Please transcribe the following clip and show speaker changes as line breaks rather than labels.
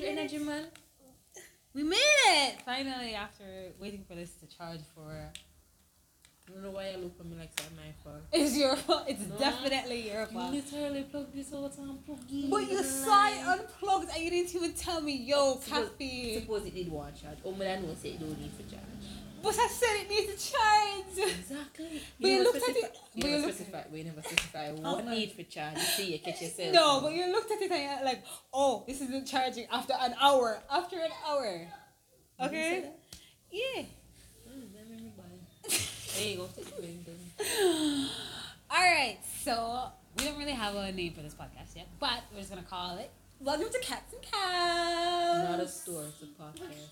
Nina Jamal. We made it! Finally, after waiting for this to charge for.
I don't know why you look at me like that, my fault.
It's your fault. It's
No.
definitely your fault.
You literally plug this all the time. Plug
But you saw it unplugged and you didn't even tell me, yo,
Suppose-
Kathy.
Suppose it did one charge. Oh, but I know say it don't need to charge.
But I said it needs to charge.
Exactly.
But you
never
looked at
specify-
it-
You
but you
never
looked-
specify. We never specify
Oh,
what
no.
need for charge. You see, you catch yourself.
No, but you looked at it and you're like, oh, this isn't charging after an hour. After an hour.
You say
Okay?
that?
Yeah.
Mm, let me remember. There you go. Take it away, then.
All right, so we don't really have a name for this podcast yet, but we're just gonna call it Welcome to Cats and Cows.
Not a store. It's a podcast.